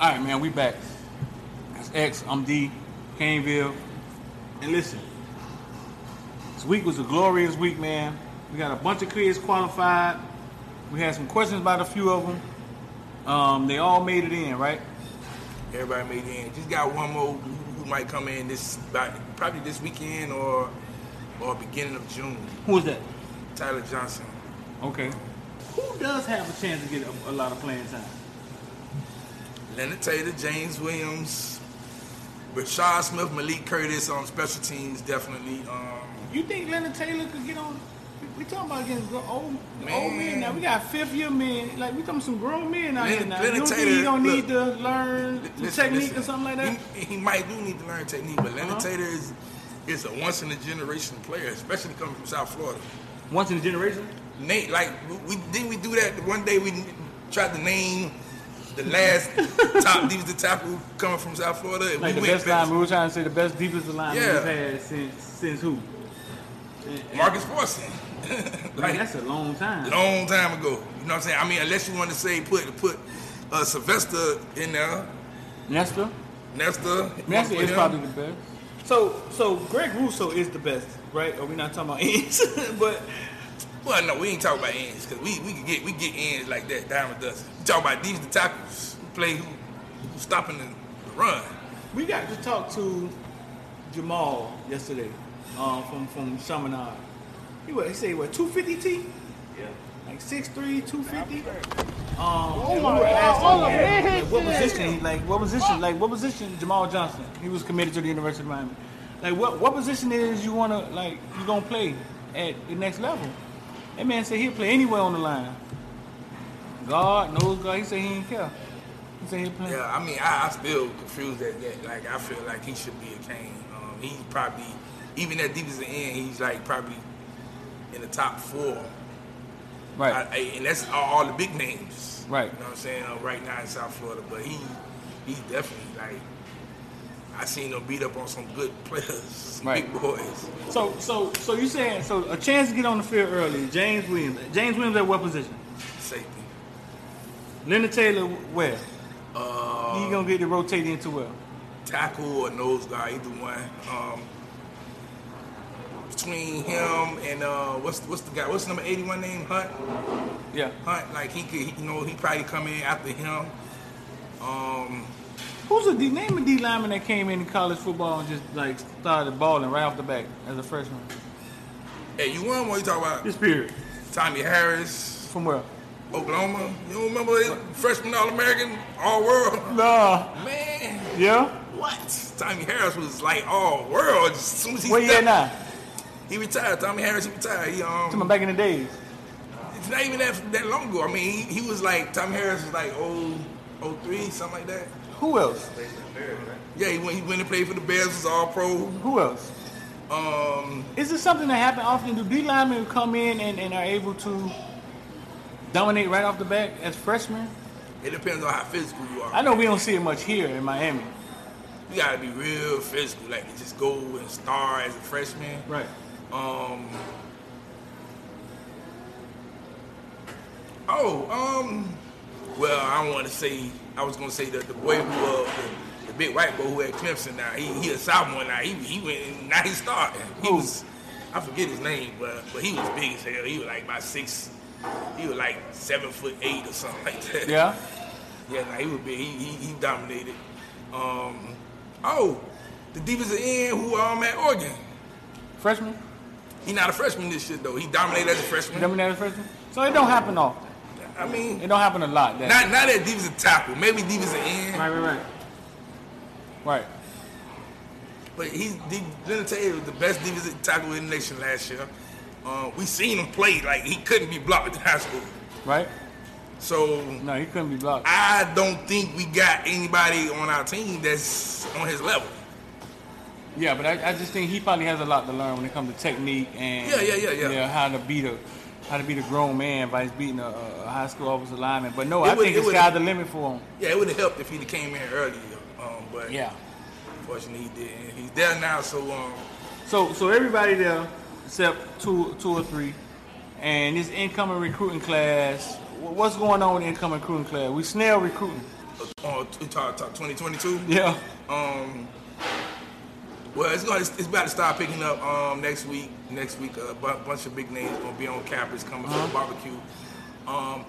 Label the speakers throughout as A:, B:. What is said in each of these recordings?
A: All right, man, we back. That's X. I'm D. Caneville. And listen, this week was a glorious week, man. We got a bunch of kids qualified. We had some questions about a few of them. Um, they all made it in, right?
B: Everybody made it in. Just got one more who, who might come in this by- probably this weekend or or beginning of June.
A: Who was that?
B: Tyler Johnson.
A: Okay. Who does have a chance to get a, a lot of playing time?
B: Leonard Taylor, James Williams, Rashad Smith, Malik Curtis on special teams, definitely. Um,
A: You think Leonard Taylor could get on? We talking about against the old, the old men
B: Man.
A: now. We got fifth year men. Like we talking some grown men out here
B: Leonard-
A: now. you
B: Leonard
A: don't think
B: Taylor,
A: he don't
B: look.
A: need to learn some
B: listen,
A: technique
B: listen.
A: or something like that?
B: He, he might do need to learn technique, but Leonard
A: Uh-huh.
B: Taylor is is a once in a generation player, especially coming from South Florida.
A: Once in a generation.
B: Nate, like we didn't we do that one day we tried to name the last top defensive tackle coming from South Florida. and
A: Like
B: we
A: the best
B: past
A: line, we were trying to say the best defensive line
B: Yeah.
A: we've had since since who?
B: Marcus Forson.
A: Man,
B: like
A: that's a long time.
B: long time ago. You know what I'm saying? I mean, unless you want to say put put uh, Sylvester in there,
A: Nestor,
B: Nestor.
A: Nestor
B: put
A: is
B: him.
A: probably the best. So so Greg Russo is the best, right? Are we not talking about ends? but
B: Well, no, we ain't talking about ends because we, we can get we get ends like that down with us. We talking about defensive tackles who play who, who stopping the, the run.
A: We got to talk to Jamal yesterday um, from from Chaminade. He what? He say what? Two fifty T?
C: Yeah.
A: Like 6'3", 250? Um, oh my God! Like, what position? he- Like what position? Like what position? Jamal Johnson. He was committed to the University of Miami. Like what? What position is you wanna like you gonna play at the next level? That man said he'll play anywhere on the line. God knows God. He said he ain't care. He said he'll play.
B: Yeah, I mean, I, I still confused at that. Like, I feel like he should be a Kane. Um, he's probably even at defensive end, he's like probably in the top four.
A: Right.
B: I, I- and that's all, all the big names.
A: Right.
B: You know what I'm saying? Uh, right now in South Florida, but he he definitely like I seen him beat up on some good players, some
A: Right.
B: big boys.
A: So, so, so you saying so a chance to get on the field early? James Williams. James Williams at what position?
B: Safety.
A: Leonard Taylor where?
B: Uh,
A: he gonna get the rotated into where?
B: tackle or nose guard, either one. Um, between him and uh, what's what's the guy? What's number 81 name? Hunt.
A: Yeah.
B: Hunt, like he could, he- you know, he probably come in after him. Um,
A: Who's a D? Name a D lineman that came into college football and just like started balling right off the bat as a freshman.
B: hey, you want what you talk about?
A: This period
B: Tommy Harris,
A: from where?
B: Oklahoma. You don't remember that freshman All American, All World?
A: No.
B: Man,
A: Yeah.
B: what? Tommy Harris was like All World as soon as he
A: Where you at
B: stepped-
A: now?
B: He retired. Tommy Harris, he retired. He
A: Come on,
B: um,
A: back in the days.
B: it's not even that that long ago. I mean, he, he was like Tommy Harris was like oh, oh three, something like that.
A: Who else?
B: Yeah, he went he went and played for the Bears, was All Pro.
A: Who else?
B: Um,
A: Is this something that happen often? Do D linemen come in and, and are able to dominate right off the bat as freshmen?
B: it depends on how physical you are.
A: I know we don't see it much here in Miami.
B: You gotta be real physical, like to just go and star as a freshman.
A: Right.
B: Um. Oh, um. Well, I don't want to say. I was gonna say that the boy who uh, the, the big white boy who at Clemson now he he a sophomore now he he went and now he started. He
A: Who?
B: was I forget his name, but but he was big as hell. He was like about six. He was like seven foot eight or something like that.
A: Yeah.
B: Yeah, nah, he was big. He, he, he dominated. Um, oh, the defensive end who um at Oregon.
A: Freshman?
B: He not a freshman this shit though. He dominated as a freshman.
A: Dominated freshman? So it don't happen often.
B: I mean,
A: It don't happen a lot. That.
B: not not at defensive tackle, maybe defensive end.
A: right, right, right. Right.
B: But he's de- Leonard Taylor was the best defensive tackle in the nation last year. Uh, we seen him play like he couldn't be blocked in high school.
A: Right?
B: So
A: No, he couldn't be blocked.
B: I don't think we got anybody on our team that's on his level.
A: Yeah, but I, I just think he probably has a lot to learn when it comes to technique and
B: Yeah, yeah, yeah, yeah.
A: how to beat a how to beat a grown man by beating a, a a high school officer lineman. But no,
B: It
A: I
B: would-
A: think
B: it
A: it's
B: would-
A: sky's the limit for him.
B: Yeah, it would have helped if he'd have came in earlier. Um, but
A: Yeah.
B: unfortunately he didn't. He's there now, so um,
A: So so everybody there except two two or three, and this incoming recruiting class. wh- What's going on with the incoming recruiting class? We snail recruiting.
B: on twenty twenty two.
A: Yeah.
B: Um, well, it's going. It's, it's about to start picking up um, next week. Next week, a bu- bunch of big names gonna be on campus coming for the barbecue. Um,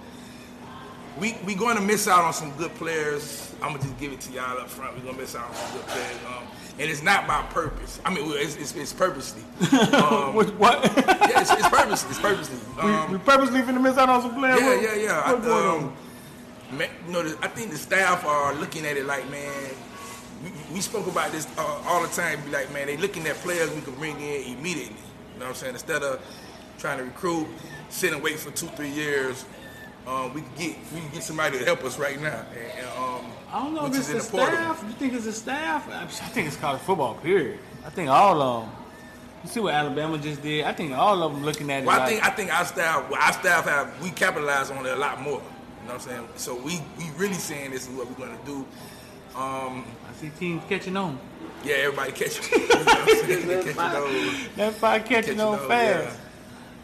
B: we we going to miss out on some good players. I'm gonna just give it to y'all up front. We're gonna miss out on some good players, um, and it's not by purpose. I mean, well, it's, it's, it's purposely. Um,
A: What? what?
B: yeah, it's, it's purposely. It's purposely. Um,
A: we, we purposely finna miss out on some players.
B: yeah, yeah, yeah. I,
A: What going on?
B: um, ma- you know, the, I think the staff are looking at it like, man, we, we spoke about this uh, all the time. Be like, man, they looking at players we can bring in immediately. You know what I'm saying? Instead of trying to recruit, sit and wait for two, three years, um, we can get we can get somebody to help us right now. And, and, um,
A: I don't know
B: which
A: if
B: is
A: it's
B: in
A: the
B: portal.
A: staff. You think it's the staff? I I think it's college football. Period. I think all of them. You see what Alabama just did? I think all of them looking at it.
B: Well, I
A: like,
B: think I think our staff, well, our staff have we capitalize on it a lot more. You know what I'm saying? So we we really saying this is what we're gonna do. Um,
A: I see teams catching on.
B: Yeah, everybody catch you. know what I'm saying? They catching on.
A: That fire catching,
B: Catching
A: on,
B: on,
A: fast.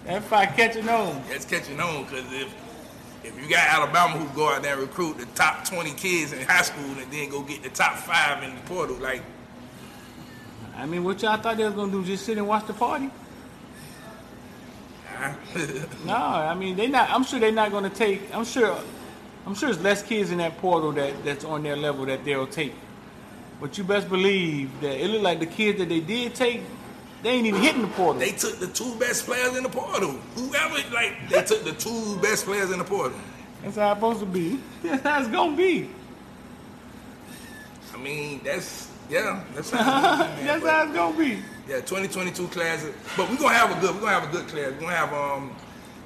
A: That fire catching on.
B: That's catching on because if if you got Alabama who go out there and recruit the top 20 kids in high school and then go get the top five in the portal, like
A: I mean, what y'all thought they was gonna do? Just sit and watch the party?
B: nah.
A: No, I mean they not. I'm sure they're not gonna take. I'm sure. I'm sure it's less kids in that portal that that's on their level that they'll take. But you best believe that it looked like the kids that they did take, they ain't even hitting the portal.
B: they took the two best players in the portal. Whoever like they took the two best players in the portal.
A: That's how it's supposed to be. That's how it's gonna be.
B: I mean that's yeah that's how it is, man.
A: That's
B: But,
A: how it's gonna be.
B: yeah 2022 class. But we're gonna have a good we're gonna have a good class. We're gonna have um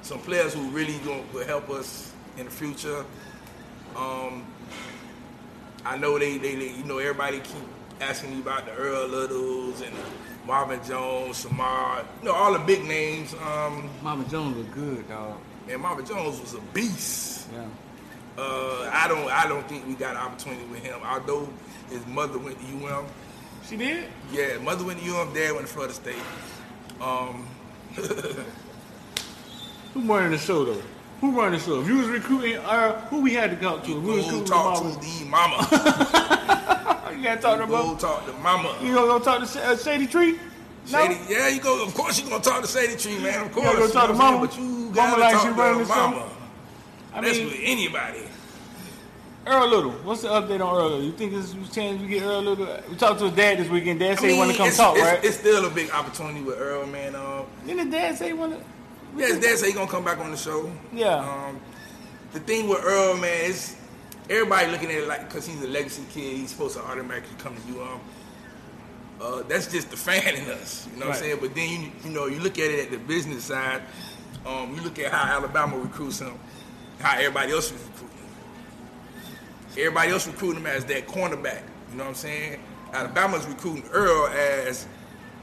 B: some players who really gonna will help us in the future. Um, I know they, they, they you know everybody keep asking me about the Earl Littles and Marvin Jones, Samar, you know all the big names. Um,
A: Mama Jones look good, dog.
B: and Marvin Jones was a beast.
A: Yeah.
B: Uh, I don't I don't think we got an opportunity with him. Although his mother went to UM,
A: She did.
B: yeah, mother went to UM, dad went to Florida State. Um,
A: Who running the show though? Who running the show? If you was recruiting, uh, who we had to talk to? Who was
B: go
A: recruiting
B: talk
A: Mama?
B: to the mama.
A: You gotta talk to
B: go
A: about.
B: talk to mama.
A: You gonna go talk to Sh- uh, Shady Tree? No.
B: Shady, yeah, you go. Of course, you gonna talk to Sadie Tree, man. Of
A: You
B: course,
A: gotta go talk to
B: you know
A: Mama.
B: what I'm saying? But you
A: Mama
B: gotta
A: like she running
B: talk
A: the
B: to
A: show.
B: mama.
A: I
B: That's
A: mean,
B: with anybody.
A: Earl Little. What's the update on Earl Little? You think there's a chance we get Earl Little? We talked to his dad this weekend. Dad
B: I
A: said he want to
B: mean,
A: come
B: it's,
A: talk,
B: it's,
A: right?
B: It's still a big opportunity with Earl, man. Um,
A: Didn't his dad say he want to?
B: yeah, his dad said he gonna come back on the show.
A: Yeah.
B: Um, the thing with Earl, man, is everybody looking at it like because he's a legacy kid, he's supposed to automatically come to UM. Uh, that's just the fan in us, you know
A: Right.
B: what I'm saying? But then you you know you look at it at the business side. Um, you look at how Alabama recruits him, how everybody else is recruiting. him. Everybody else recruiting him as that cornerback. You know what I'm saying? Alabama's recruiting Earl as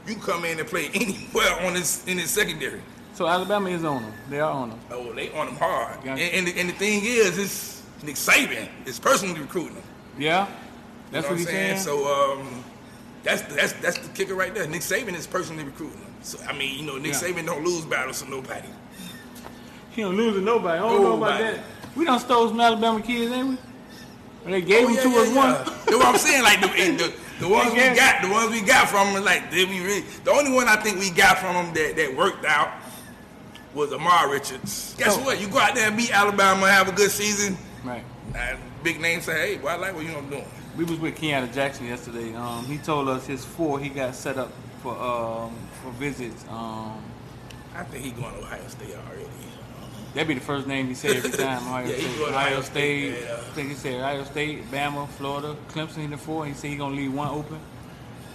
B: you come in and play anywhere on this in his secondary.
A: So Alabama is on him. They are on him.
B: Oh, they on him hard.
A: Gotcha.
B: And, and, the, and the thing is, it's Nick Saban is personally recruiting him.
A: Yeah.
B: You
A: That's
B: know
A: what he's saying.
B: So um, that's that's that's the kicker right there. Nick Saban is personally recruiting him. So I mean, you know, Nick
A: Yeah.
B: Saban don't lose battles to nobody.
A: He don't lose to nobody. I don't know about
B: Nobody.
A: that. We done stole some Alabama kids, ain't we? Or they gave
B: Oh,
A: them
B: yeah,
A: to
B: yeah,
A: us
B: yeah.
A: once.
B: You know what I'm saying? Like the, the, the ones we
A: Yeah.
B: got, the ones we got from him, like did we really? The only one I think we got from him that, that worked out was Amar Richards. Guess
A: Oh.
B: what? You go out there and beat Alabama, have a good season.
A: Right.
B: And big name say, hey, boy, I like what you know doing.
A: We was with Keanu Jackson yesterday. Um, he told us his four he got set up for um, for visits. Um,
B: I think he going to Ohio State already.
A: That'd be the first name he said every time. Ohio
B: Yeah, he
A: State,
B: go to
A: Ohio
B: Ohio
A: State.
B: State, yeah.
A: I think he said Ohio State, Bama, Florida, Clemson in the four. He said he gonna leave one open.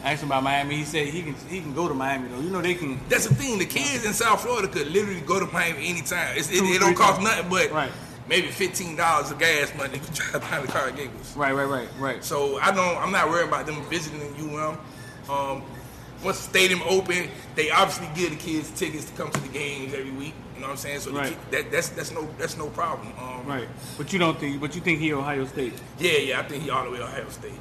A: I asked him about Miami. He said he can he can go to Miami though. You know they can.
B: That's the thing. The kids in South Florida could literally go to Miami anytime. It's, it,
A: Two,
B: it
A: three
B: don't cost
A: times.
B: nothing but
A: Right.
B: maybe fifteen dollars of gas money to drive behind the car at Gables.
A: Right, right, right, right.
B: So I don't. I'm not worried about them visiting UM. Um, once the stadium open, they obviously give the kids tickets to come to the games every week. You know what I'm saying? So the
A: Right.
B: kid, that, that's that's no that's no problem. Um,
A: Right. But you don't think? But you think he Ohio State?
B: Yeah, yeah. I think he all the way to Ohio State.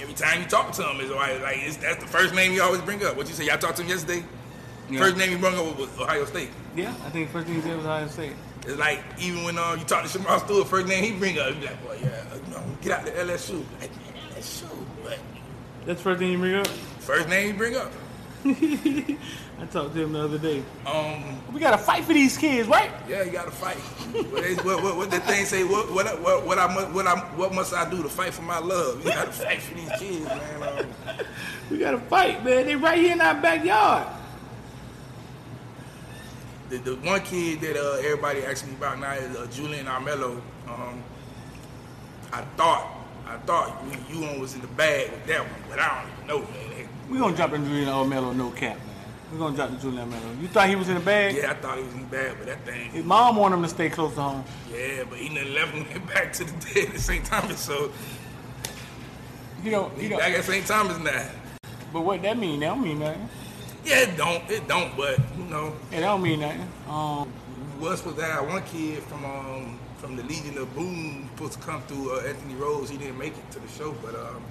B: Every time you talk to him, it's Ohio. Like it's, that's the first name you always bring up. What you say? Y'all talked to him yesterday.
A: Yeah.
B: First name you brought up was Ohio State.
A: Yeah, I think first thing he said was Ohio State.
B: It's like even when uh, you talk to Shamar Stewart, first name he bring up, you be like, boy, yeah, you know, get out the LSU. Like, "Man, LSU, but
A: That's the first thing you bring up.
B: first name he bring up.
A: I talked to him the other day.
B: Um,
A: We gotta fight for these kids, right?
B: yeah, you gotta fight. what, they, what, what, what the thing say? What what I- what what I must what I what must I do to fight for my love? You gotta fight for these kids, man. Um,
A: We gotta fight, man. They right here in our backyard.
B: the, the one kid that uh, everybody asked me about now is uh, Julian Armello. Um, I thought, I thought you, you one was in the bag with that one, but I don't even know, man.
A: We gonna drop in Julian Mello, no cap, man. We gonna drop in Julian Mello. You thought he was in the bag?
B: Yeah, I thought he was in the bag, but that thing,
A: His mom wanted him to stay close to home.
B: yeah, but he done left and went back to the dead at St. Thomas, so
A: You don't,
B: he
A: you don't.
B: back at St. Thomas now.
A: But what that mean? That don't mean nothing.
B: Yeah, it don't, it don't, but you know,
A: Yeah, that don't mean nothing. Um,
B: we was supposed to have one kid from um from the Legion of Boom supposed to come through uh, Anthony Rose. He didn't make it to the show, but um,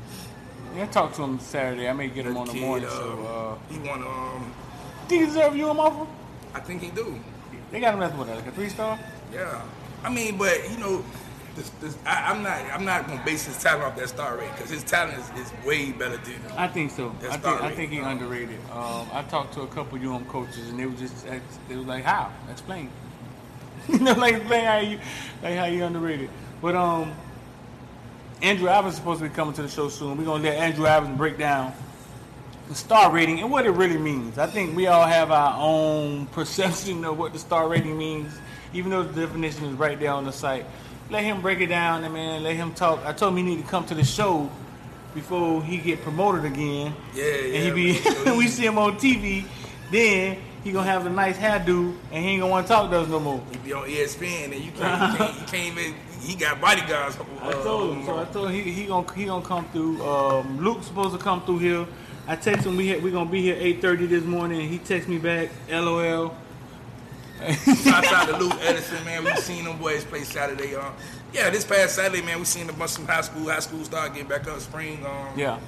A: yeah, I talked to him Saturday. I may get him
B: the
A: on the
B: kid,
A: morning.
B: uh,
A: So,
B: he won. Um,
A: uh, do you deserve you a offer?
B: I think he do.
A: They got him nothing with that, like a three star.
B: Yeah, I mean, but you know, this, this, I, I'm not I'm not gonna base his talent off that star rate because his talent is, is way better than.
A: I think so.
B: That's
A: I think I
B: underrated.
A: think he underrated. Um, I talked to a couple UM coaches and they were just ex- they was like, "How? Explain." you know, like explain how you like how you underrated. But um, Andrew Evans supposed to be coming to the show soon. We're gonna let Andrew Evans break down the star rating and what it really means. I think we all have our own perception of what the star rating means, even though the definition is right there on the site. Let him break it down, and man, let him talk. I told him he need to come to the show before he get promoted again.
B: Yeah,
A: And he
B: yeah,
A: be
B: man.
A: we see him on TV, then he gonna have a nice hairdo, and he ain't gonna want to talk to us no more.
B: He be on E ESPN and you can't, you can't, you can't even. He got bodyguards. uh,
A: I told him. So I told him he, he gonna he gonna come through. Um, Luke's supposed to come through here. I text him we had, we gonna be here eight thirty this morning. And he texts me back, LOL.
B: Shout out to Luke Edison, man. We seen them boys play Saturday. Um, yeah, this past Saturday, man, we seen a bunch of high school high school stars get back up spring. Um,
A: Yeah,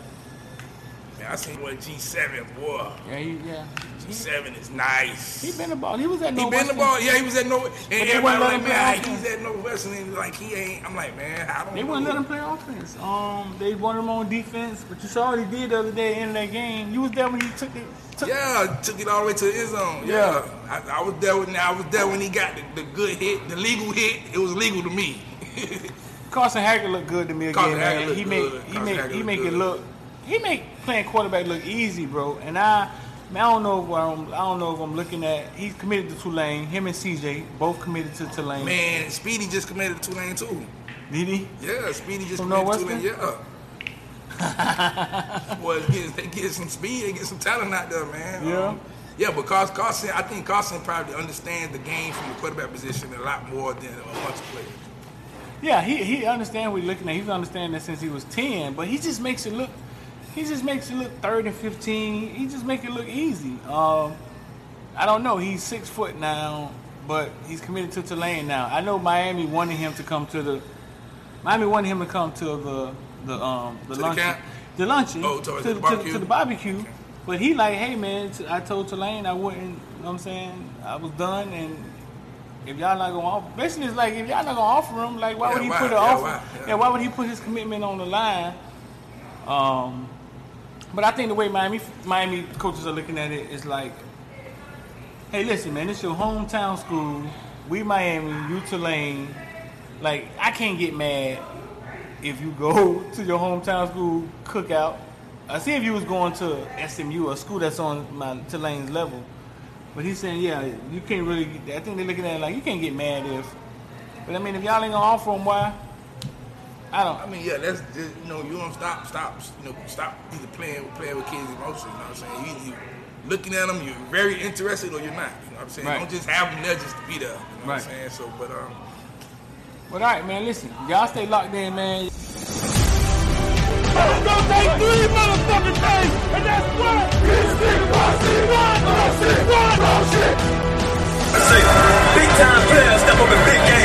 B: man, I seen one G seven boy.
A: yeah, he, yeah.
B: G seven is nice.
A: He been the ball. He was at
B: He been the
A: Northwestern.
B: ball. Yeah, he was at no. And
A: they wouldn't let
B: everybody like,
A: him play
B: man,
A: offense.
B: he's at Northwestern. And like he ain't. I'm like, man, I don't.
A: They
B: know.
A: wouldn't let him play offense. Um, they wanted him on defense, but you saw what he did the other day in that game. You was there when he took it. Took,
B: Yeah, took it all the way to the end zone.
A: Yeah.
B: Yeah, I, I was there when I was there when he got the, the good hit, the legal hit. It was legal to me.
A: Mm-hmm. Carson Hacker looked good to me again.
B: Carson Hacker
A: man.
B: looked
A: He make
B: good.
A: he
B: Carson
A: make
B: Hacker
A: he
B: looked
A: make it
B: good.
A: look he make playing quarterback look easy, bro. And I man, I don't know if I'm I don't know if I'm looking at he's committed to Tulane. Him and CJ both committed to Tulane.
B: man, Speedy just committed to Tulane too.
A: Did he?
B: Yeah, Speedy just
A: From
B: committed to Tulane. Yeah. Boys, get, they get some speed, they get some talent out there, man.
A: Yeah.
B: Um, yeah, but Carson, Carson, I think Carson probably understands the game from the quarterback position a lot more than a bunch of players.
A: Yeah, he he understand what he's looking at. He's understanding that since he was ten, but he just makes it look he just makes it look third and fifteen. He just make it look easy. Um, I don't know. He's six foot now, but he's committed to Tulane now. I know Miami wanted him to come to the Miami wanted him to come to the the um the
B: To the
A: luncheon
B: camp?
A: the luncheon
B: Oh, to-
A: to,
B: the
A: to,
B: barbecue?
A: to the barbecue. But he like, hey man, t- I told Tulane I wouldn't. You know what I'm saying I was done, and if y'all not gonna offer, basically it's like if y'all not gonna offer him, like why
B: Yeah,
A: would he
B: why?
A: put an
B: Yeah,
A: offer?
B: why?
A: yeah.
B: Yeah.
A: why would he put his commitment on the line? Um, but I think the way Miami Miami coaches are looking at it is like, hey, listen, man, it's your hometown school. We Miami, you Tulane. Like I can't get mad if you go to your hometown school cookout. I see if you was going to SMU, a school that's on my Tulane's level. But he's saying, yeah, you can't really. Get, I think they're looking at it like you can't get mad if. But I mean, if y'all ain't gonna offer them, why? I don't.
B: I mean, yeah, that's just, you know, you don't stop, stop, you know, stop either playing playing with kids' emotions. You know what I'm saying? You, you looking at them, you're very interested or you're not. You know what I'm saying?
A: Right.
B: Don't just have them there just to be there. You know what
A: Right.
B: I'm saying? So, but um,
A: But all right, man. Listen, y'all stay locked in, man.
C: Big time players step up in big game.